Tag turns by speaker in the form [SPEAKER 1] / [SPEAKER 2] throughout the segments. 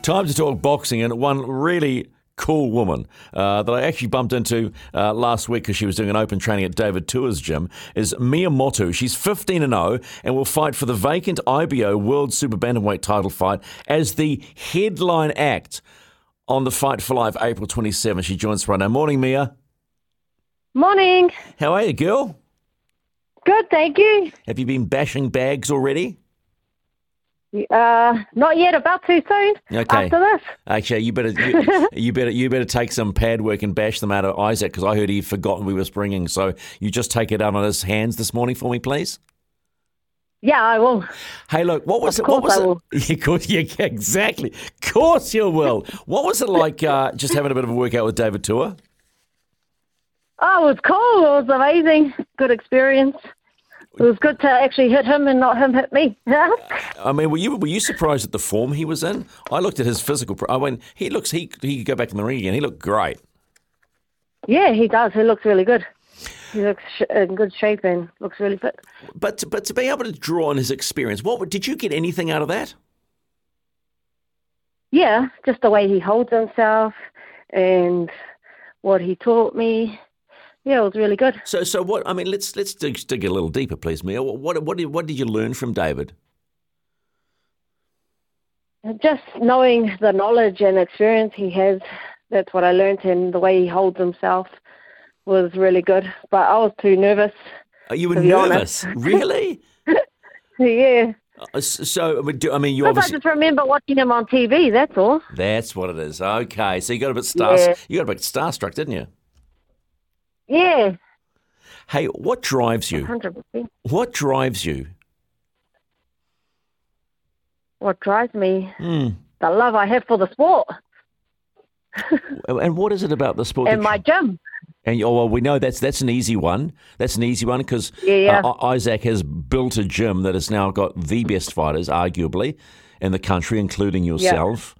[SPEAKER 1] Time to talk boxing, and one really cool woman uh, that I actually bumped into uh, last week because she was doing an open training at David Tour's gym is Miyamoto. She's 15 and 0 and will fight for the vacant IBO World Super Bantamweight title fight as the headline act on the Fight for Life April 27. She joins us right now. Morning, Mia.
[SPEAKER 2] Morning.
[SPEAKER 1] How are you, girl?
[SPEAKER 2] Good, thank you.
[SPEAKER 1] Have you been bashing bags already?
[SPEAKER 2] Uh, not yet. About too soon.
[SPEAKER 1] Okay.
[SPEAKER 2] After this,
[SPEAKER 1] Actually, you better you, you better you better take some pad work and bash them out of Isaac because I heard he'd forgotten we were springing. So you just take it out on his hands this morning for me, please.
[SPEAKER 2] yeah, I will.
[SPEAKER 1] Hey, look, what was
[SPEAKER 2] Of
[SPEAKER 1] it? What
[SPEAKER 2] course
[SPEAKER 1] was
[SPEAKER 2] I
[SPEAKER 1] it?
[SPEAKER 2] will.
[SPEAKER 1] Yeah, of course, yeah, yeah, exactly. Of course you will. What was it like? Uh, just having a bit of a workout with David Tour.
[SPEAKER 2] Oh, it was cool. It was amazing. Good experience. It was good to actually hit him and not him hit me.
[SPEAKER 1] I mean, were you were you surprised at the form he was in? I looked at his physical. Pro- I went, he looks he he could go back in the ring again. He looked great.
[SPEAKER 2] yeah, he does. He looks really good. He looks sh- in good shape and looks really fit.
[SPEAKER 1] But to, but to be able to draw on his experience, what did you get anything out of that?
[SPEAKER 2] Yeah, just the way he holds himself and what he taught me. Yeah, it was really good.
[SPEAKER 1] So, so what? I mean, let's let's dig, dig a little deeper, please, Mia. What what what did, what did you learn from David?
[SPEAKER 2] Just knowing the knowledge and experience he has, that's what I learned, and the way he holds himself was really good. But I was too nervous.
[SPEAKER 1] Uh, You were
[SPEAKER 2] To be
[SPEAKER 1] nervous, really?
[SPEAKER 2] Yeah,
[SPEAKER 1] Uh, s- So, I mean, do, I mean, you
[SPEAKER 2] 'Cause I
[SPEAKER 1] obviously.
[SPEAKER 2] just remember watching him on TV. That's all.
[SPEAKER 1] That's what it is. Okay, so you got a bit star,
[SPEAKER 2] Yeah.
[SPEAKER 1] you got a bit starstruck, didn't you?
[SPEAKER 2] Yeah,
[SPEAKER 1] Hey, what drives you?
[SPEAKER 2] hundred percent.
[SPEAKER 1] What drives you?
[SPEAKER 2] What drives me,
[SPEAKER 1] Hmm.
[SPEAKER 2] the love I have for the sport
[SPEAKER 1] And what is it about the sport?
[SPEAKER 2] and
[SPEAKER 1] that
[SPEAKER 2] my
[SPEAKER 1] you-
[SPEAKER 2] gym.
[SPEAKER 1] and oh, well, we know that's that's an easy one. That's an easy one because
[SPEAKER 2] Yeah, yeah.
[SPEAKER 1] Isaac has built a gym that has now got the best fighters, arguably, in the country, including yourself.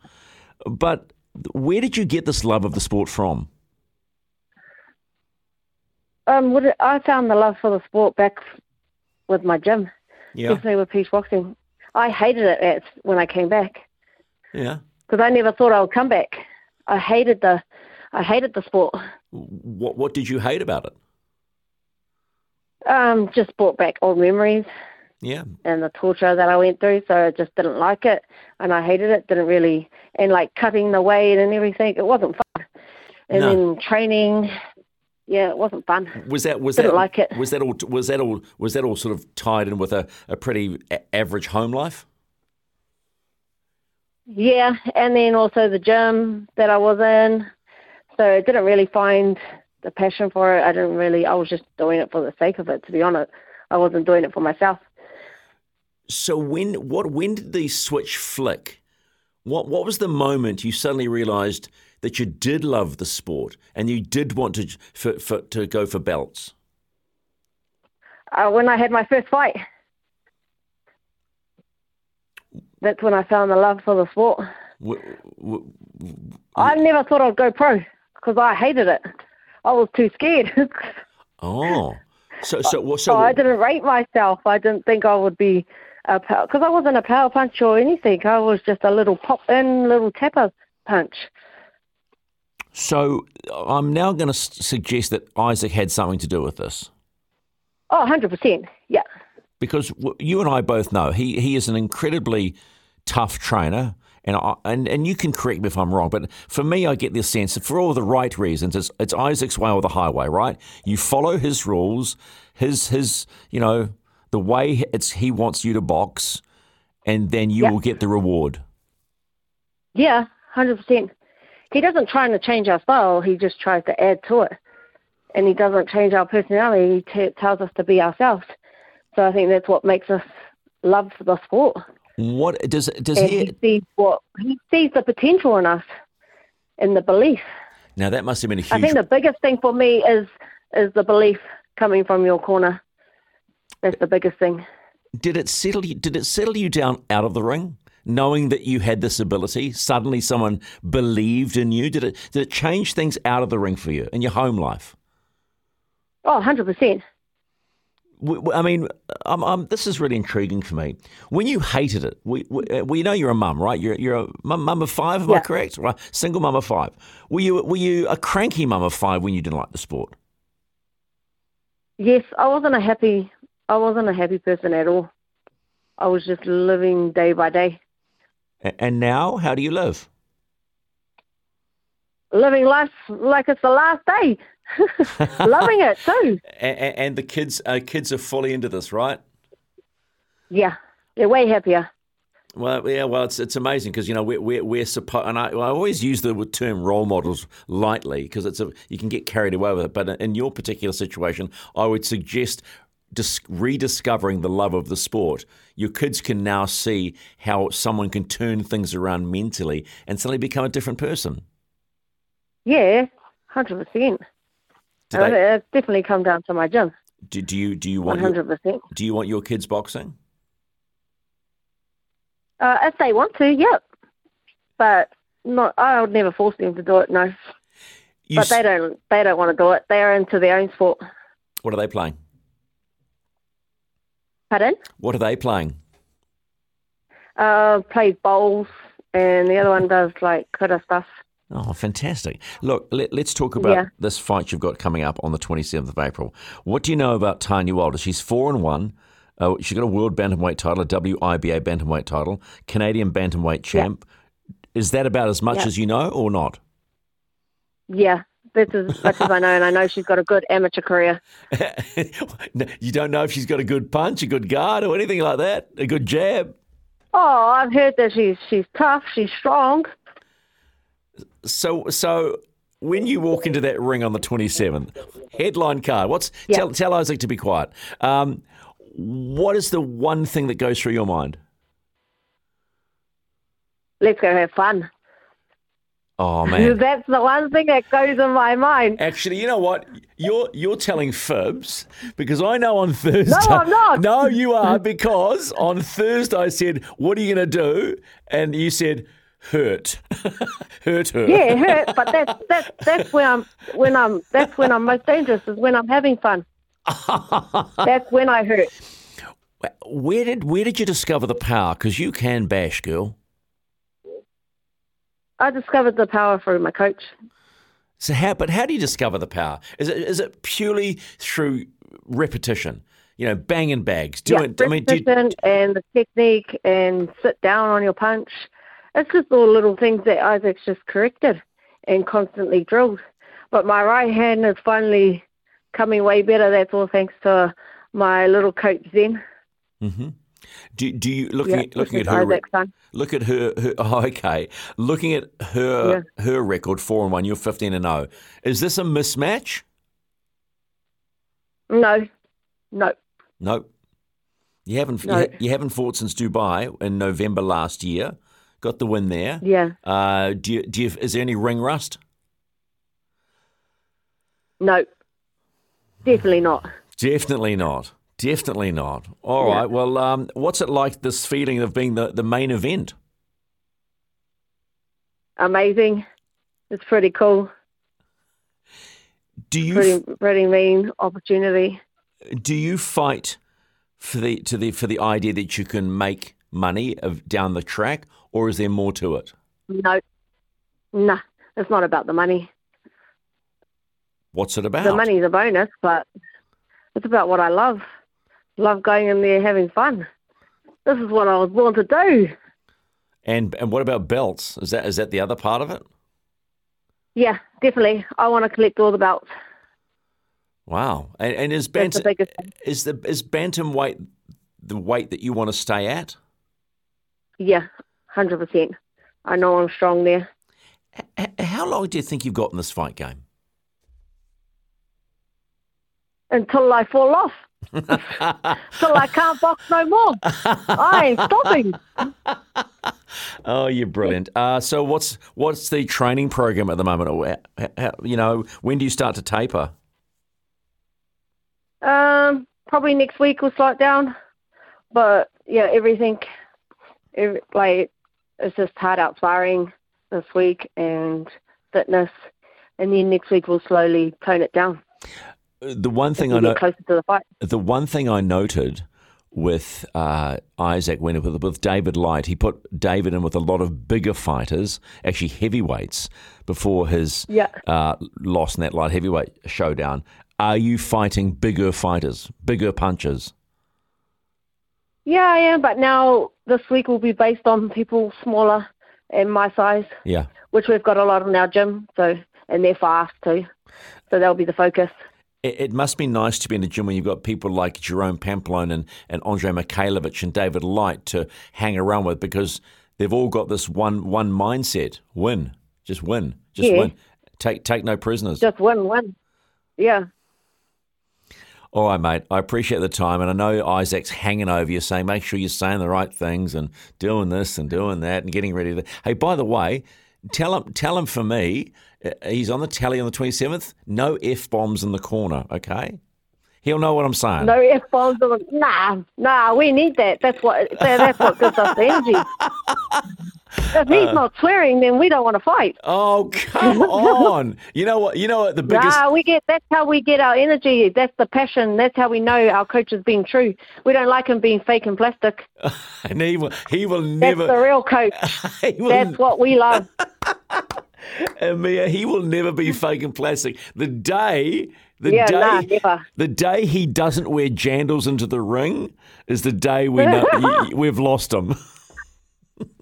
[SPEAKER 1] But where did you get this love of the sport from?
[SPEAKER 2] Um, what I found the love for the sport back with my gym,
[SPEAKER 1] Yeah,
[SPEAKER 2] definitely with peach boxing. I hated it at, when I came back.
[SPEAKER 1] yeah.
[SPEAKER 2] because I never thought I would come back. I hated the, I hated the sport.
[SPEAKER 1] What what did you hate about it?
[SPEAKER 2] Um, just brought back old memories
[SPEAKER 1] Yeah,
[SPEAKER 2] and the torture that I went through. So I just didn't like it, and I hated it. Didn't really, and like cutting the weight and everything, it wasn't fun. And
[SPEAKER 1] No.
[SPEAKER 2] then training, yeah, it wasn't fun.
[SPEAKER 1] was that was
[SPEAKER 2] Didn't
[SPEAKER 1] that
[SPEAKER 2] like it.
[SPEAKER 1] was that all was that all was that all sort of tied in with a, a pretty a- average home life?
[SPEAKER 2] Yeah, and then also the gym that I was in. So I didn't really find the passion for it. I didn't really. I was just doing it for the sake of it. To be honest, I wasn't doing it for myself.
[SPEAKER 1] So when what when did the switch flick? What what was the moment you suddenly realised that you did love the sport and you did want to for, for, to go for belts?
[SPEAKER 2] uh, when I had my first fight. That's when I found the love for the sport.
[SPEAKER 1] W- w-
[SPEAKER 2] I never thought I'd go pro because I hated it. I was too scared.
[SPEAKER 1] Oh, so so what
[SPEAKER 2] so
[SPEAKER 1] so
[SPEAKER 2] I didn't rate myself. I didn't think I would be a power because I wasn't a power punch or anything. I was just a little pop in, little tapper punch.
[SPEAKER 1] so I'm now going to suggest that Isaac had something to do with this.
[SPEAKER 2] Oh, 100%. Yeah.
[SPEAKER 1] because w- you and I both know he, he is an incredibly tough trainer And, I, and and you can correct me if I'm wrong, but for me, I get this sense that for all the right reasons, it's, it's Isaac's way or the highway, right? You follow his rules, his his you know the way it's he wants you to box, and then you
[SPEAKER 2] Yeah.
[SPEAKER 1] will get the reward.
[SPEAKER 2] Yeah, hundred percent. He doesn't try to change our style. He just tries to add to it, and he doesn't change our personality. He t- tells us to be ourselves. So I think that's what makes us love the sport.
[SPEAKER 1] What does does
[SPEAKER 2] And
[SPEAKER 1] he?
[SPEAKER 2] he sees what he sees the potential in us, and the belief.
[SPEAKER 1] Now that must have been a huge.
[SPEAKER 2] I think the biggest thing for me is is the belief coming from your corner. That's the biggest thing.
[SPEAKER 1] did it settle you, did it settle you down out of the ring knowing that you had this ability suddenly someone believed in you did it did it change things out of the ring for you in your home life
[SPEAKER 2] Oh, 100%.
[SPEAKER 1] W- w- I mean, I'm, I'm, this is really intriguing for me. When you hated it, we, we, uh, we know you're a mum, right? You're, you're a mum, mum of five, am I
[SPEAKER 2] Yeah.
[SPEAKER 1] correct? Right, single mum of five. Were you were you a cranky mum of five when you didn't like the sport?
[SPEAKER 2] Yes, I wasn't a happy I wasn't a happy person at all. I was just living day by day.
[SPEAKER 1] A- And now, how do you live?
[SPEAKER 2] living life like it's the last day. Loving it too.
[SPEAKER 1] And, and the kids, uh, kids are fully into this, right?
[SPEAKER 2] Yeah, they're way happier.
[SPEAKER 1] Well, yeah, well, it's it's amazing because you know we're we're, we're supposed, and I, I always use the term role models lightly because it's a you can get carried away with it. But in your particular situation, I would suggest dis- rediscovering the love of the sport. Your kids can now see how someone can turn things around mentally and suddenly become a different person.
[SPEAKER 2] Yeah, hundred percent.
[SPEAKER 1] Do, they,
[SPEAKER 2] It's definitely come down to my gym.
[SPEAKER 1] do, do you do you want
[SPEAKER 2] One
[SPEAKER 1] your,
[SPEAKER 2] hundred percent.
[SPEAKER 1] do you want your kids boxing?
[SPEAKER 2] Uh, If they want to, yep. But not. I would never force them to do it. No.
[SPEAKER 1] You
[SPEAKER 2] But they
[SPEAKER 1] s-
[SPEAKER 2] don't. They don't want to do it. They are into their own sport.
[SPEAKER 1] what are they playing?
[SPEAKER 2] Pardon.
[SPEAKER 1] What are they playing?
[SPEAKER 2] Uh, plays bowls, and the other one does like kura stuff.
[SPEAKER 1] Oh, fantastic. Look, let, let's talk about
[SPEAKER 2] Yeah.
[SPEAKER 1] this fight you've got coming up on the 27th of April. What do you know about Tanya Wilder? She's 4 and 1. Uh, she's got a world bantamweight title, a WIBA bantamweight title, Canadian bantamweight champ. Is that about as much
[SPEAKER 2] Yeah.
[SPEAKER 1] as you know or not?
[SPEAKER 2] Yeah, that's as much as I know, and I know she's got a good amateur career.
[SPEAKER 1] No, you don't know if she's got a good punch, a good guard, or anything like that, a good jab.
[SPEAKER 2] Oh, I've heard that she's she's tough. She's strong.
[SPEAKER 1] So, so when you walk into that ring on the 27th, headline card, what's
[SPEAKER 2] Yeah.
[SPEAKER 1] tell, tell Isaac to be quiet. Um, what is the one thing that goes through your mind?
[SPEAKER 2] let's go have fun.
[SPEAKER 1] Oh man.
[SPEAKER 2] That's the one thing that goes in my mind.
[SPEAKER 1] Actually, you know what? You're you're telling fibs because I know on Thursday.
[SPEAKER 2] I'm not.
[SPEAKER 1] No, you are because on Thursday I said, "What are you going to do?" And you said, "Hurt, hurt her."
[SPEAKER 2] Yeah, it hurt, but that's that's that's when I'm when I'm that's when I'm most dangerous is when I'm having fun. that's when I hurt.
[SPEAKER 1] Where did where did you discover the power? Because you can bash, girl.
[SPEAKER 2] I discovered the power through my coach.
[SPEAKER 1] So how? But how do you discover the power? Is it is it purely through repetition? You know, banging bags, doing. I mean, do you-
[SPEAKER 2] repetition and the technique and sit down on your punch. It's just all little things that Isaac's just corrected and constantly drilled. But my right hand is finally coming way better. That's all thanks to my little coach Zen.
[SPEAKER 1] do, do you looking
[SPEAKER 2] Yeah,
[SPEAKER 1] at, looking at
[SPEAKER 2] which is
[SPEAKER 1] her?
[SPEAKER 2] Isaac's son.
[SPEAKER 1] Look at her. her oh, okay, looking at her her record four and one. You're fifteen and zero. Is this a mismatch?
[SPEAKER 2] No, no.
[SPEAKER 1] Nope. You haven't.
[SPEAKER 2] No.
[SPEAKER 1] You, ha- you haven't fought since Dubai in November last year. Got the win there.
[SPEAKER 2] Yeah,
[SPEAKER 1] Uh, do you, do you, is there any ring rust?
[SPEAKER 2] no. Definitely not.
[SPEAKER 1] Definitely not. Definitely not. All right.
[SPEAKER 2] Yeah.
[SPEAKER 1] Well, um, what's it like? This feeling of being the, the main event.
[SPEAKER 2] Amazing. It's pretty cool.
[SPEAKER 1] Do you
[SPEAKER 2] Pretty, pretty mean opportunity.
[SPEAKER 1] do you fight for the to the for the idea that you can make money of, down the track, or is there more to it?
[SPEAKER 2] No, nah. It's not about the money.
[SPEAKER 1] What's it about?
[SPEAKER 2] The money's a bonus, but it's about what I love. Love going in there having fun. This is what I was born to do.
[SPEAKER 1] And and what about belts? Is that is that the other part of it?
[SPEAKER 2] Yeah, definitely. I want to collect all the belts.
[SPEAKER 1] Wow. And, and is
[SPEAKER 2] That's
[SPEAKER 1] bantam
[SPEAKER 2] the biggest thing.
[SPEAKER 1] is the is bantam weight the weight that you want to stay at?
[SPEAKER 2] Yeah, hundred percent. I know I'm strong there.
[SPEAKER 1] H- how long do you think you've got in this fight game?
[SPEAKER 2] Until I fall off. Till I can't box no more. I ain't stopping.
[SPEAKER 1] Oh, you're brilliant. Uh, so what's what's the training program at the moment? Or h- h- You know, when do you start to taper?
[SPEAKER 2] Um, probably next week we'll slow it down. But yeah, everything, every, like it's just hard out firing this week and fitness, and then next week we'll slowly tone it down.
[SPEAKER 1] The one thing
[SPEAKER 2] we
[SPEAKER 1] I know,
[SPEAKER 2] get closer to the fight.
[SPEAKER 1] the one thing I noted with uh, Isaac when with, with David Light, he put David in with a lot of bigger fighters, actually heavyweights, before his
[SPEAKER 2] Yeah.
[SPEAKER 1] uh, loss in that light heavyweight showdown. Are you fighting bigger fighters, bigger punches?
[SPEAKER 2] Yeah, I am. But now this week will be based on people smaller and my size,
[SPEAKER 1] Yeah.
[SPEAKER 2] which we've got a lot in our gym. So and they're fast too, so that'll be the focus.
[SPEAKER 1] It, it must be nice to be in the gym when you've got people like Jerome Pamplone and, and Andre Mikhailovich and David Light to hang around with because they've all got this one one mindset: win, just win, just
[SPEAKER 2] Yeah.
[SPEAKER 1] win, take take no prisoners.
[SPEAKER 2] Just win, win. Yeah.
[SPEAKER 1] all right, mate. I appreciate the time, and I know Isaac's hanging over you, saying make sure you're saying the right things and doing this and doing that and getting ready to. Hey, by the way, tell him tell him for me, uh, he's on the tally on the twenty seventh. No f bombs in the corner, okay? He'll know what I'm saying.
[SPEAKER 2] No F bombs. Nah, nah, we need that. That's what that- that's what gives us the energy. If he's
[SPEAKER 1] Uh.
[SPEAKER 2] not swearing, then we don't want to fight.
[SPEAKER 1] Oh come on! You know what? You know what? The biggest.
[SPEAKER 2] Nah, we get that's how we get our energy. That's the passion. That's how we know our coach has been true. We don't like him being fake and plastic.
[SPEAKER 1] And he will. He will
[SPEAKER 2] That's the
[SPEAKER 1] never.
[SPEAKER 2] real coach.
[SPEAKER 1] He will,
[SPEAKER 2] That's what we love.
[SPEAKER 1] Amir, he will never be faking plastic. The day. The
[SPEAKER 2] Yeah,
[SPEAKER 1] day.
[SPEAKER 2] nah, never.
[SPEAKER 1] The day he doesn't wear jandals into the ring is the day we know y- y- we've lost him.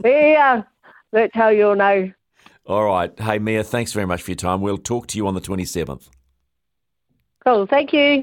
[SPEAKER 2] Yeah, that's how you'll know.
[SPEAKER 1] All right. Hey, Mia, thanks very much for your time. We'll talk to you on the 27th.
[SPEAKER 2] Cool. Thank you.